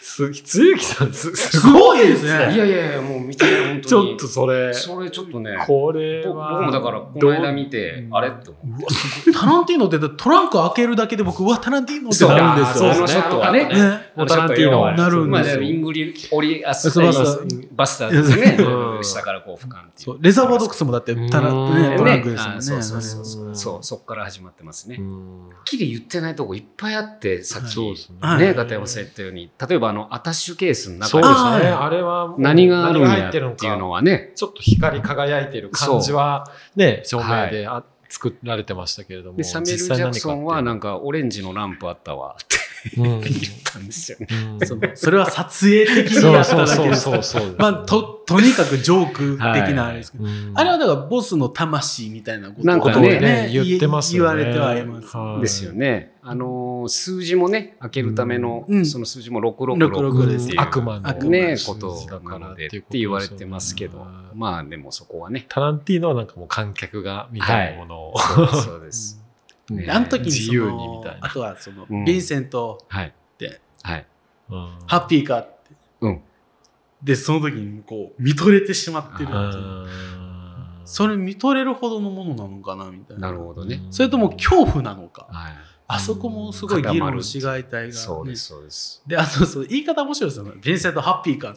す、つゆきさん、す、す
すごいです
いやい
ね。
やいや、もう見て、本当に。
ちょっとそれ。
それちょっとね、
これ
僕
は。
僕もだから、この間見て
ど、う
あれって思って。
タランティーノってトランク開けるだけで僕、うわ、タランティーノって
そう
なるんです
あ
よ
ー。そうですねあのショットはね
ね。
もうタランティーノ
なるんですよ
まあ、イングリオリアス
そうそうそう
バスターズですね
う。ん
下からこう俯瞰ってい
そうう。レザーバードックスもだってタラン、
うん
ね、トランク
ね
で、すもん
あ
ね。
そうそうそうそううんそうそっから始まってますね。
う
はっ
ん
きり言ってないとこいっぱいあってさっき
そうですね。
はい
ね片山さん言ったように例えばあのアタッシュケースの
そ
中に
うですね。
あ
あれはもう
何があるん
何
や
入
っ
ってて
い
るの
うの
か。
はね
ちょっと光り輝いてる感じは、ね、照明であ作られてましたけれども。
でサミュエル・ジ
実際
ャ
何かっ
ク
て
ソンはなんかオレンジのランプあったわって
う
言
ん
ったんですよね。
うん
そのそれは撮影的に
そ
や
う
った
そう
だけ
そう
です
そ。うそう。
まあ、と、とにかくジョーク的なあれですけど。
うん、
あれはだからボスの魂みたいなこと
なん
こ
か
とを
ね
ね言ってますよね。
言われてはいます。
は
ですよね。あのー数字もね開けるための、
うん
その数字も666
です
っていう
よ
悪魔の
ね、
数
こと
字だ
な
から
の
っ
で
て
って
いうことですよね
言われてますけど、まあでもそこはね、
タランティーノはなんかもう観客がみたいなものを、
そうですそうです。
うん
ね
あの時に
自
そ
由にみ
の
たい
あ
な。
とはその、
うん
ヴィンセント、
はい。
で
はい。
うん
ハッピーかって。
うん
で、その時にこう、見とれてしまってるって
う
いう。
ん
それ見とれるほどのものなのかな、みたいな。
なるほどね。
それとも恐怖なのか。
は
あそこもすごい議論しがいたいが、
い。そうです、そうです。
で、あと、そう、言い方面白いですよね。ヴィンセントハッピーか。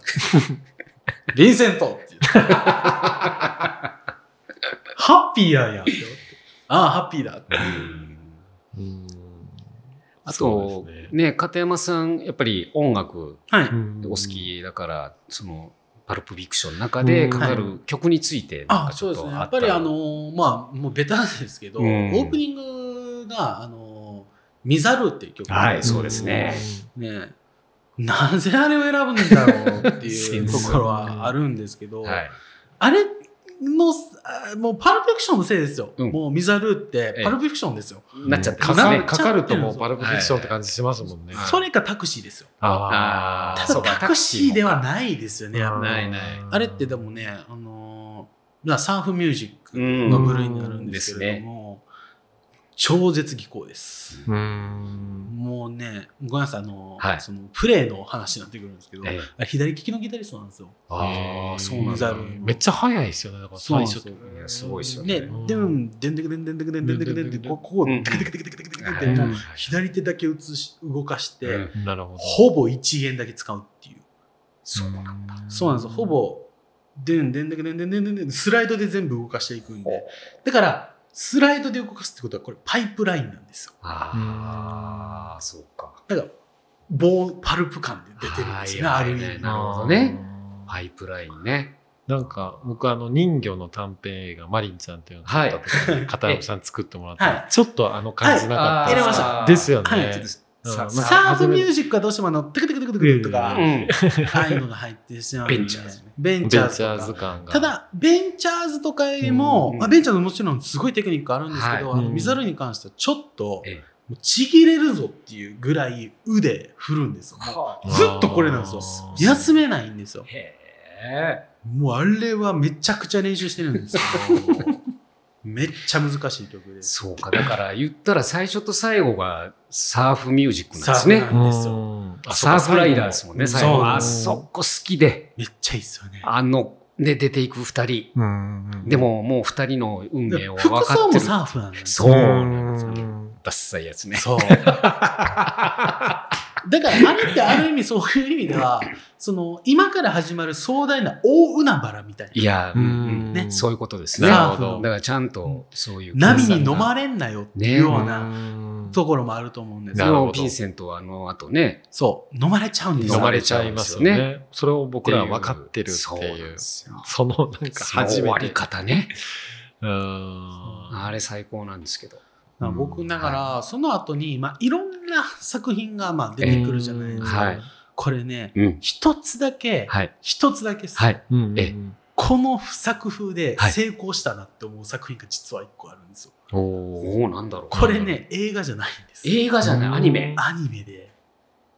ヴィンセントって言うハッピーやんやんって思って。ああ、ハッピーだって。
うん
あと
そうです、ね
ね、片山さん、やっぱり音楽
はい。
うん
お好きだから、その、パルプビクションの中でかかる曲についてなん
あ
かち
そう
ょっ
です
と
ね。
ったら、
やっぱりあのーまあ、もうベタですけど、
うん
オープニングが、あのーミザルーっていう曲
はい
ね
そうですね。
なぜあれを選ぶんだろ うっていうと
そうそう
ころはあるんですけど、
はい。
あれの、あもうパルプフィクションのせいですよ。
うん
もうミザルーっ
え
て
え
パルプフィクションですよ。
なっちゃって
か
ます
か
ね
る。かかるともうパルプフィクションって感じしますもんね。
はい
それかタクシーですよ。
あー
た
そ
だ
うか
タクシーではないですよね、やっぱり
ないない
あれってでもね、あのーまあ、サーフミュージック
うん
の部類になるんですけれども、超絶技巧です。
うん。
もうね、ごめんなさい、あのー、
はい
そのプレーの話になってくるんですけど、
ええ
あれ左利きのギタリストなんですよ。
ああ、そうなん
ミザ
だ
ル。ー
めっちゃ早いですよね。だから
そうな
最
んです
初
よ
と
いやすごいですよね
ね、でん、でんでくでんでんでくでんでんでくでんでんって、こうこう、
うん
テクテクテクテクテクテクって、
うん
もう左手だけ移し動かして、
うん
なるほど。
ほぼ一弦だけ使うっていう。
そうなんだ。
だ
そうなんですよ。ほ。ぼ、でんでんでんでんでんでんでんでんスライドで全部動かしていくん
ほう
で。だから、スライドで動かすってことは、これパイプラインなんですよ。
ああ、そうか。
だから、棒、パルプ感で出てるんですよね、
は
あ
いはい
る意
はい
味。
なるほどね。パイプラインね。
なんか、僕、あの、人魚の短編映画、マリンちゃんっていうのを撮った時に、片山さん作ってもらっ
は
た。ちょっとあの感じなかったで
入れ
す
ま
か。
した
ですよね。
はい
ちょっと
うん
さ
まあ
サーフミュージックはどうしてもあの、テクテクテクテクと
う
か
ん、
ああいうのが入ってしまうんで
ベンチャーズね
ベ
ベン
ン
チ
チャ
ャーズと
ー
か
ズ感が。
た、だ、ベンチャーズとかよりも、
うん
まあ、ベンチャーズもちろんすごいテクニックあるんですけど、
はい
あの見ざるに関してはちょっと、
ええ
もうちぎれるぞっていうぐらい腕振るんですよ。もうずっとこれなんですよ。休めないんですよ。
へえ。
もうあれはめちゃくちゃ練習してるん ですけど、めっちゃ難しい曲です。
そうか。だから言ったら最初と最後がサーフミュージックなんですね
サーフ。なんですよ
よ
サーフライダーですもんね、
そう
最後。
うん
あそこ好きで。
めっちゃいいっすよね。
あの、で、出ていく二人。
うん
で、も、もう二人の運命を
服
分か
装
って
も
る。
サーフなんだよ
そううなんですよね。
ん
ダッサいやつね。
そう。 だから、あれってある意味そういう意味では、その、今から始まる壮大な大海原みたい
いや、
う
うんん
ね
そういうことです
な。
ね。
サ
だ
ーフ
なるほ
の
ど
からちゃんと、そういう。
波に飲まれんなよっていうような
うん
ところもあると思うんです
な
よ。
るほど
そうヴィンセントは、あの、あとね、
そう。飲まれちゃうんですよ。
飲まれちゃいますよね
飲ま
それを僕らは分かってる
そ
っ
う
て
ないん
う
ですよ。
そのなんか
その
初
終
め
わ
て
り方ね。
うー
あ
ん
れ最高なんですけど。
だから僕、だから、その後に、まあ、いろんな作品が、まあ、出てくるじゃないですか。
はい
これね、
うん。
一つだけ、
はい。
一つだけです、
はい。
うんうん
え
この作風で
はい
成功したなって思う作品が実は一個あるんですよ。
おー
おおなんだろう。
これね、映画じゃないんです。
映画じゃない、アニメ。
アニメで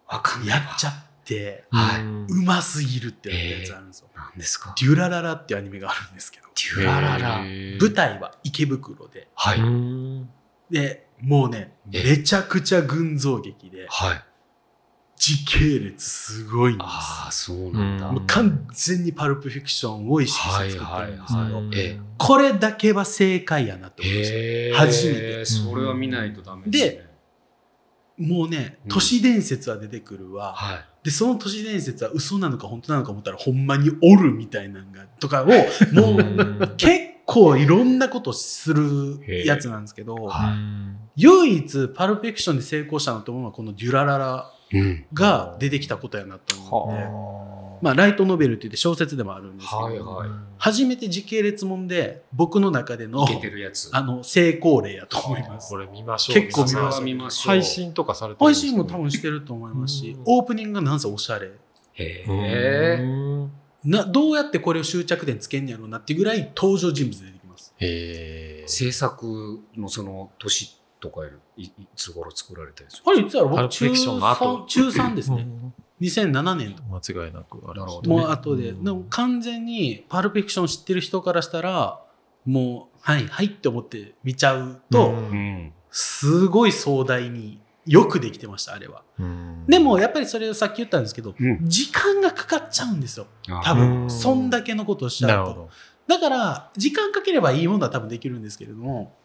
わかんない
や
わ。
っちゃって、
はいう
うんますぎるってなったやつあるんですよ。
なんですか。
デュラララっていうアニメがあるんですけど、
デュラララ。
へー
舞台は池袋で、
は
う
い。
ん
で、もうね、
え
めちゃくちゃ群像劇で、
はい。
時系列すごいんで
ああ、そう
う
なん
ん
だ。
す。もう完全にパルプフィクションを意識して作ってるんですけど、
はいはいはいええ
これだけは正解やなって思いました。
へえ
初めて
それは見ないとダメですね。
もうね、
うん
都市伝説は出てくるわ、
はい。
でその都市伝説は嘘なのか本当なのか思ったらほんまにおるみたいなんがとかをもう結構いろんなことするやつなんですけど
へ
唯一パルプフィクションで成功したのと思うのはこの「デュラララ
うん。」
が出てきたことやなと思って、
は
まあ、ライトノベルって言って小説でもあるんですけど、
はいはい
初めて時系列もんで僕の中での
いけてるやつ。
あの成功例やと思います
こ。れ見ましょう
結構見
それ
まし
は
ょう
見ましょう。
配。信とかされてるんで
配
すか
信も多分してると思います
う
し、
ん
オープニングがなんせおしゃれ
へ
う
え。
ん
などうやってこれを終着点つけんやろうなっていうぐらい登場人物出てきます
へー
制作のその年とかよりいいつ頃作られたやつ。
あれいつだろう
パ
僕
ルプフ
中
ィクションの後
3中3です
う
ね
ん
2007年とか
間違いなくあれ
なるほどね
もう後で、
うん
でも完全にパルプフィクション知ってる人からしたらもうはいはいって思って見ちゃうと、
うん
ん。
すごい壮大によくできてましたあれは
うん
でもやっぱりそれをさっき言ったんですけど
うん。
時間がかかっちゃうんですよ多
うん
分そんだけのことをしち
な
ゃ
る
う
ほ
と
ど
だから時間かければいいものは多分できるんですけれども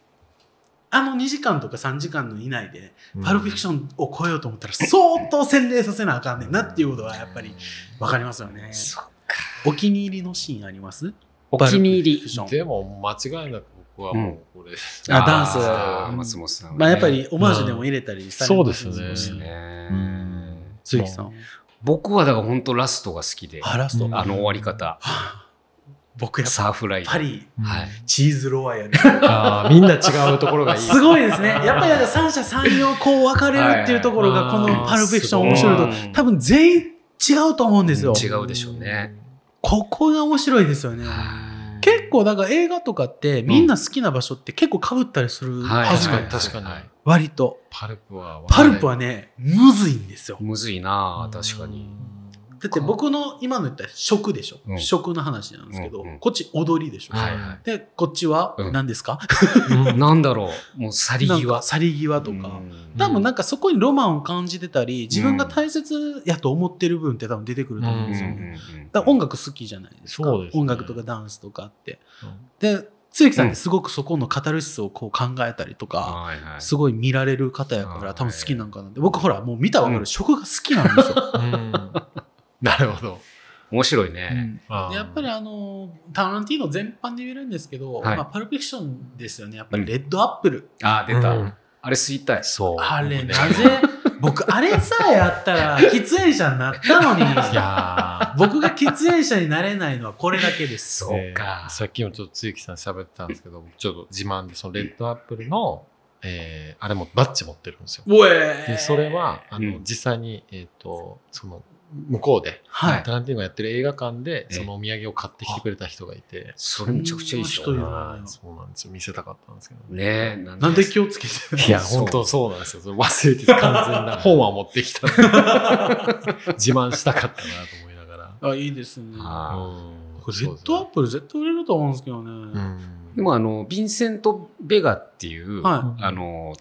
あの2時間とか3時間の以内でパルプフィクションを超えようと思ったら相当洗礼させなあかんねんなっていうことはやっぱり分かりますよね
そ
お気に入りのシーンあります
お気に入り。
り
でも間違いなく僕はもうこれ、
あダンス
あー松本さんはね。
まあやっぱりオマージュでも入れたりされます
そうです
です
ね
ね
うん
鈴木さん
僕はだから本当ラストが好きで、
あラスト
うん
あの終わり方、
僕やっ
サーフライド。
ぱり
はい。
チーズロワイヤル
あーみんな違うところがいい
すごいですね。 やっぱりだから三者三様こう分かれるっていうところがこ
はいはい
のパルプフィクション面白いとこ
うん
多分全員違うと思うんですよ。
違うでしょうね
ここが面白いですよね。結構だから映画とかってみんな好きな場所って結構被ったりする
はい
はずなん
確
です
か
よ
に確かに
割と。
パルプは
パルプはね、むずいんですよ。
むずいなあ確かに。
だって僕の今の言った食でしょ
う。ん
食の話なんですけど
うんうん、
こっち踊りでしょ。
はいは
で、こっちは
うん
何ですか
なんだろう、もう去り
なん
際
か去り際と
う
か。
ん
多分なんかそこにロマンを感じてたり自分が大切やと思ってる部分って多分出てくると思うんですよ、
うん
だから音楽好きじゃないですか
そうですね
音楽とかダンスとかって
うん
で露木さんってすごくそこのカタルシスをこう考えたりとか、
はいはい
すごい見られる方やから
あー
多分好きなんかなって僕ほらもう見たら分か
う
る
ん
食が好きなんです よ、
うんなるほど
面白いうね。
ん
あー
でやっぱりあのタランティーノ全般で言えるんですけど、
はい
まあ、パルプフィクションですよねやっぱりレッドアップル、
ああ、出
う
た
ん。
あれ吸いたい。
そう
あれ
僕ね
なぜ僕あれさえあったら喫煙者になったのに
いや
僕が喫煙者になれないのはこれだけです。
ー
そう
えー
か。
さっきもちょっと露木さん喋ってたんですけどちょっと自慢でそのレッドアップルの、えーあれもバッジ持ってるんですよ
おえ
でそれ、はあの、
うん
実際に、えー、とその向こうで
はい。
タランティーノがやってる映画館で
ええ
そのお土産を買ってきてくれた人がいて、
それめちゃくちゃいいでし
そんな人い
ょ。
る
はいそうなんですよ見せたかったんですけどね
ねえ、
なんで気をつけてる
いや、
そう
本当そうなんですよ。それ忘れてた完全な本は持 ってきたんで。自慢したかったなと思いながら。
あ、いいですね。
あー
うん
これレッドアップル絶対売れると思うんですけどね。
うん
でもあの、ヴィンセント・ベガっていう、
はい
あの、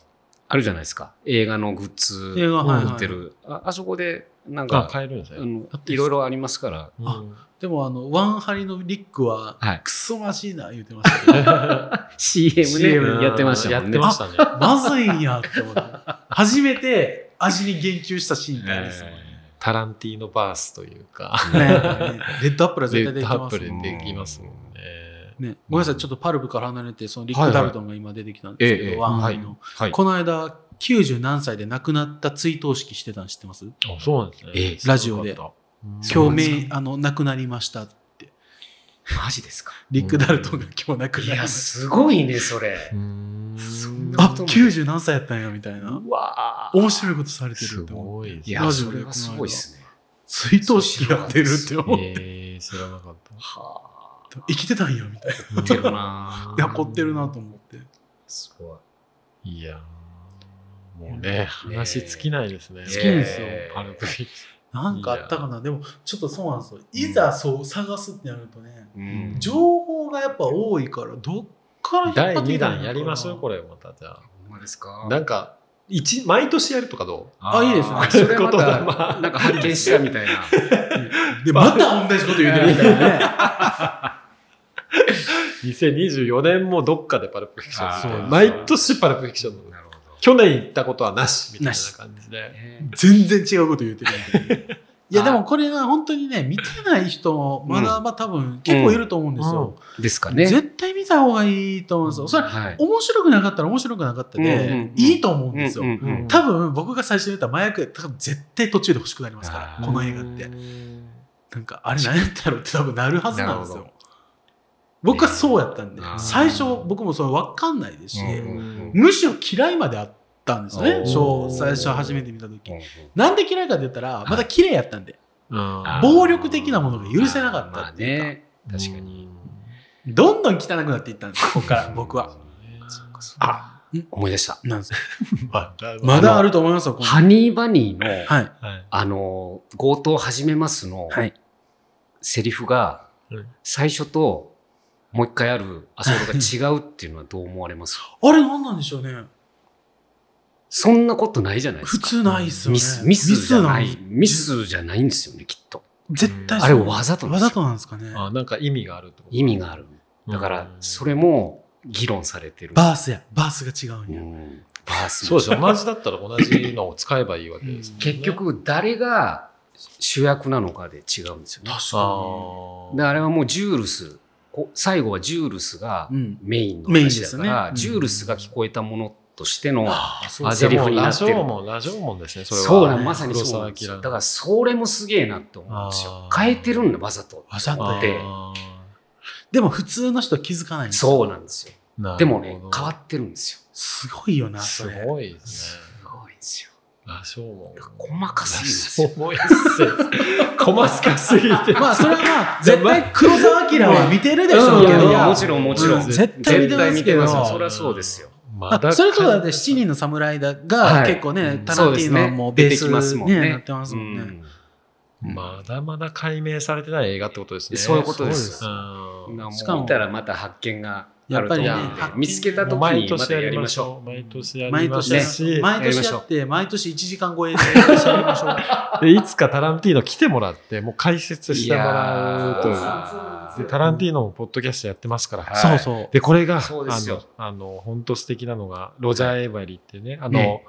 あるじゃないですか。映画のグッズ
映画はい
売ってる。ああそこで、なん
あ、
か、
買えるんです
あ
ね。
のいろいろありますから。
あ
うん
でもあの、ワンハリのリックは、
はい
クソマシーな言ってましたけど、
CM ね、
CM
やってました
や
も
っ
ん
て
ね。
ましたね。
まずいんやって思って、初めて味に言及したシーンってあれですよね。
タランティーノバースというか、
ねレッドアップルは
レッ
絶対
ド
出て
アッ
ま
プ
す
ル
も
で
ん
できますもんね。
ね、ごめんなさい、ちょっとパルプから離れて、そのリック・ダルトンが今出てきたんですけど、ワンハリの。
はい。
この間、90何歳で亡くなった追悼式してたの知ってます
あ、そうなんですね。
ええ
ラジオで
知らなかった。
今
うなんです
日、明、あの、亡くなりましたって。
マジですか。
リック・ダルトンが今日亡
い
くなりました
や、。すごいね、それ
う。ん
そんな
あ、90何歳やったんや、みたいな。
うわ
面白いことされて
す
るって思う。
ごいです
い
ね。
や、
ラジオ
そ
で
れはすごいですね。
追悼式やってるって思う。
ええ知らなかっ
はあ。
生きてたんや、みたい
凝
た。
な。
ってるな
であ凝ってるなと思って。
すごい。
いやーもうね、話尽きないですね。
好
きですよ
パルプリ
なんかあったかな。でも、ちょっとそうなんですよ。いざそう探すってなるとね、
うん
情報がやっぱ多いから、どっから引っ
第
張って
2
いたらいいの
弾
かな
やりますこれまたじゃ
ほんまです
あ。
か
なんか、一毎年やるとかど
あ
あいいですね
ーそれま
ことだ
た、
まあ
なんか発見したみ たいな。
で、また同じこと言うてるみたいなね。
う ?2024 年もどっかでパルプフィクションする
あー
毎年パルプフィクションの
なるほど。
去年行ったことはなしみたいな感じで。
ね
全然違うこと言うてるみたいな。いやでもこれは本当にね、見てない人もまだまあ多分結構いると思うんですよ。
ですかね。
絶対見た方がいいと思うんですよ。それは
はい。
面白くなかったら面白くなかったで、
うんうんうん
いいと思うんですよ。
うんうんうん
多分僕が最初に言った麻薬多分絶対途中で欲しくなりますか
あー
らこの映画ってなんかあれ何やったやろって多分なるはずなんです
な
よ
る
僕はそうやったんで
あー
最初僕もそれ分かんないですし、
うんうん
むしろ嫌いまであったんですよ
お
ね
ー
小最初初めて見た時
うん
なんで嫌いかって言ったらまだ綺麗やったんで、
あー
暴力的なものが許せなかったっていうか、
まあね。確かに。。
どんどん汚くなっていった んですよここから僕は
あ
思い出した。
なんですよ
まだ
まだあると思いますよこの
ハニーバニーの、
はい
はい
あの、強盗始めますの、
はい
セリフが
うん、
最初と、もう一回ある、あそこが違うっていうのはどう思われ ます
あれ何なんでしょうね
そんなことないじゃないです
普
か。
通ないっすよね
ミス、ミスじゃな
ミス
い、ミスじゃないんですよね、きっと。
絶対
あれわざとなんで
わ
すよ
ざとなんですかね
あなんか意味があるってこと
意味がある。だから、それも議論されてる。
バースやバースが違うん
う
や、
んバース
そうですよ。同じだったら同じのを使えばいいわけですもんね。
結局、誰が主役なのかで違うんですよね。
確
あ
か
ー、
で、あれはもうジュールス、こ最後はジュールスが
にうん
メインの
メインで
話だ
す
か
ね
ら、
うん
ジュールスが聞こえたものとしての、
あそう
あセリフになってる
もうラジオもラジオもんですね、それは。
そうだ、まさにそうなんです
黒
よ。だ
沢明
から、それもすげえなって思うんですよ
あ。ー
変えてるんだ、わざと。
わざと
っ
や
て
あ
でも普通の人は気づかないんですよ
そうなんですよ。
ーなるほど
でもね、変わってるんですよ。
すごいよな
す
それ
ごいですす
ごいんですよ。
ね。ラジオもん。
細かすぎる
ラジオもん細かすぎて。
まあそれは まあ絶対黒澤明は見てるでし
う
ょ
ん
う
い
け
や
ど
いやもちろんもちろん
う絶対見てますけ
絶
ど
対見てますよそれはそうですよ。
ま
あ
だ
それとかで七人の侍だが
はい
結構ね、
うん
タランティーノはもうベー
そ
ス
うですね出てきますもんね
ねなってますもんね、
まだまだ解明されてない映画ってことですね。
そういうことです
そうです
し
し
か
か
も
も
見たらまた発見があると思
やっ
うんで
ぱりね
見つけた
もう
時
毎
にま
年
た
や
やり
り
ま
ま
し
し
ょ
ょう。毎年やり
毎
ま
年
し
や
た
る
し、
毎
やりま
年
しょ
や
う
って毎年1時間超えで喋りましょう
でいつかタランティーノ来てもらって、もう解説
う。
してもらうと
い
い
や
う。
ー
で、タランティーノもポッドキャストやってますから。
はい
そうそう
で、これが、あ
そうですよ
の、あの、本当素敵なのが、ロジャー・エイバリーっていうね、あの、
ね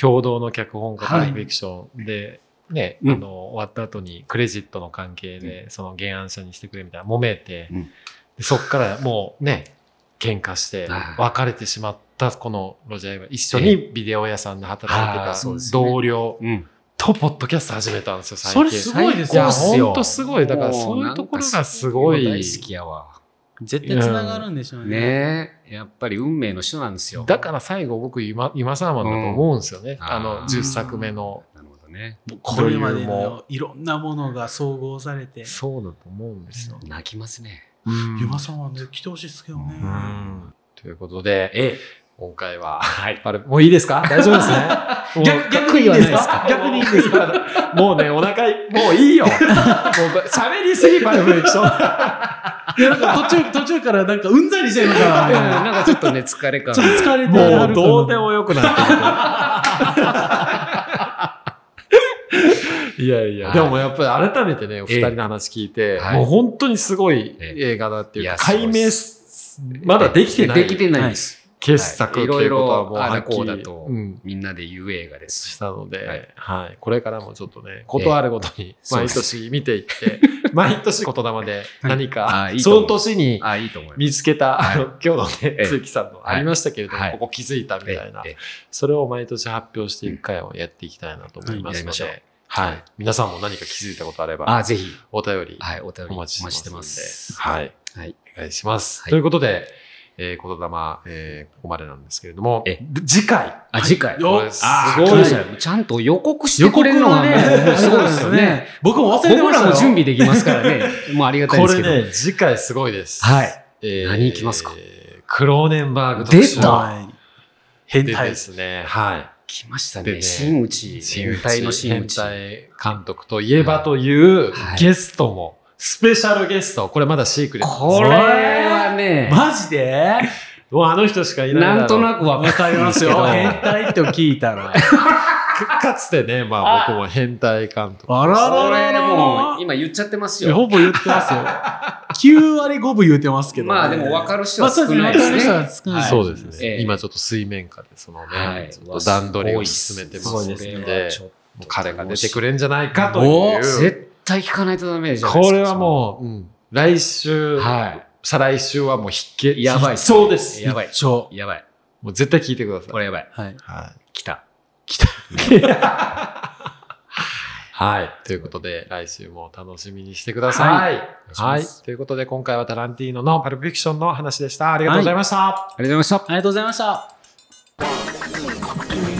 共同の脚本家
はい
パルプフィクションで、ね、
うん
あの、終わった後にクレジットの関係で、その原案者にしてくれみたいな、揉めて、
うん
でそっからもうね、喧嘩して
は、い
別れてしまった、このロジャー・エイバリー、一緒にビデオ屋さんで働いて
あー
た
そうですね
同僚
うん
とポッドキャスト始めたんですよ、最
そ
近。
れすごいです
いや、
よ
最高っすよ
ほんとすごい。だから、そういうところがすごい。
もうなんかそううの大好きやわ。
絶対繋がるんでしょうね
ねえ、やっぱり運命の人なんですよ。
だから最後僕今今サーマンだと思うんですよね、
うん
あ
あ
の
ー
10作目の、
なるほどね。
これまで
女優も
のいろんなものが総合されて
そうだと思うんですよ、
泣きますね。
うん
ユマさんはね来てほしいですけどね、
うんということで
え
今回は、パルもういいですか大丈夫です ねもう
逆にいいんです か逆にいいんですか
もうねお腹いもういいよもう喋りすぎパルプフィクション
いや、なんか途中、途中からなんかうんざりしてる の
うん
か。
なんかちょっとね、疲 れ感
ちょっと疲れてはる
も
かな
うどうでもよくなってきてるいやいや、でもやっぱり改めてね、お二人の話聞いて、
はい
もう本当にすごい
え
映画だってい
いう
か、
や
解
そう
明、
です
まだできてな
でき
い
てないです。
傑作
はい
っ
い
て
ろ
い
いう
ことはも
ろ、
う
あ
は
あだ
っき
こうだ
り、
と
うん、
みんなで言う映画です。
したので、は
はいい、
これからもちょっとね、ことあるごとに
そう
毎
です
年見て いって、毎年言霊で何か、
はいあいいと
そ
思
の
う
年に
ああ、いいと思います。
見つけた、
はい
あの今日のね
え、え
鈴木さんのありましたけれども、
はい
ここ気づいたみた
え
いな、
ええ
それを毎年発表していく会をやっていきたいなと思いま
はいや
すの
りましょう
で、はい。皆さんも何か気づいたことあれば、
あ、ぜひ、
お便り
はい、お便
お
りお
待
待ち
ち
し
し
て
てま
ますす
んで、。はい。
はい。
お願いします。
はい
ということで、えー、言霊、えー、ここまでなんですけれども
ええ、
次回、
あ、次回。
これ
よ
す
あ
ごい
ーはいちゃんと予告してくれるのがね、
予告がね
すごいですよね。
僕も忘れ
僕
てました
ら
よ。
も準備できますから ね。もうありがたい
こ
です
れ
けど。
ね、次回すごいです。
はい。
えー
何いきますか
クローネンバーグ特集
出た
はい変
で
態
で。すね。はい。
来ました
でね
ね。新内。変態の新
変
内。
態監督といえばという
はい
ゲストも、スペシャルゲスト、これまだシークレット
これはね、
マジで
もうあの人しかいないだろう
なんとなくわ
わかりますよ。変態と聞いたら。
かかつてね、まあ僕も変態監督。
あら
こ
らら
れ
ら
もう今言っちゃってますよ。
ほぼ言って ますよ。9割5分言ってますけどね。
まあでも分かる人
ま
は
あそ
少
うですね。
な
わ
いで
か
す
る
ね。
人は少ない。
そうですね、
ええ
今ちょっと水面下でそのね、
はい
ちょっと段取りを進めてますの
それ
で、
はちょっ
も
と
う彼が出てく
れ
れんじゃないかという。
絶対聞かないとダメじゃないです
こ
か。
れはもう、うん来週、
は
再来週はもう必見。
やばいっすね
そうです。
やばい
一丁
い。やばい。
もう絶対聞いてください。
これやばい。
はい。
はい。
来た。
はい。ということで、来週も楽しみにしてください。は。
はいい
ということで、今回はタランティーノのパルプフィクションの話でした。ありがとうございました。
ありがとうございました。
ありがとうございまし
「
た。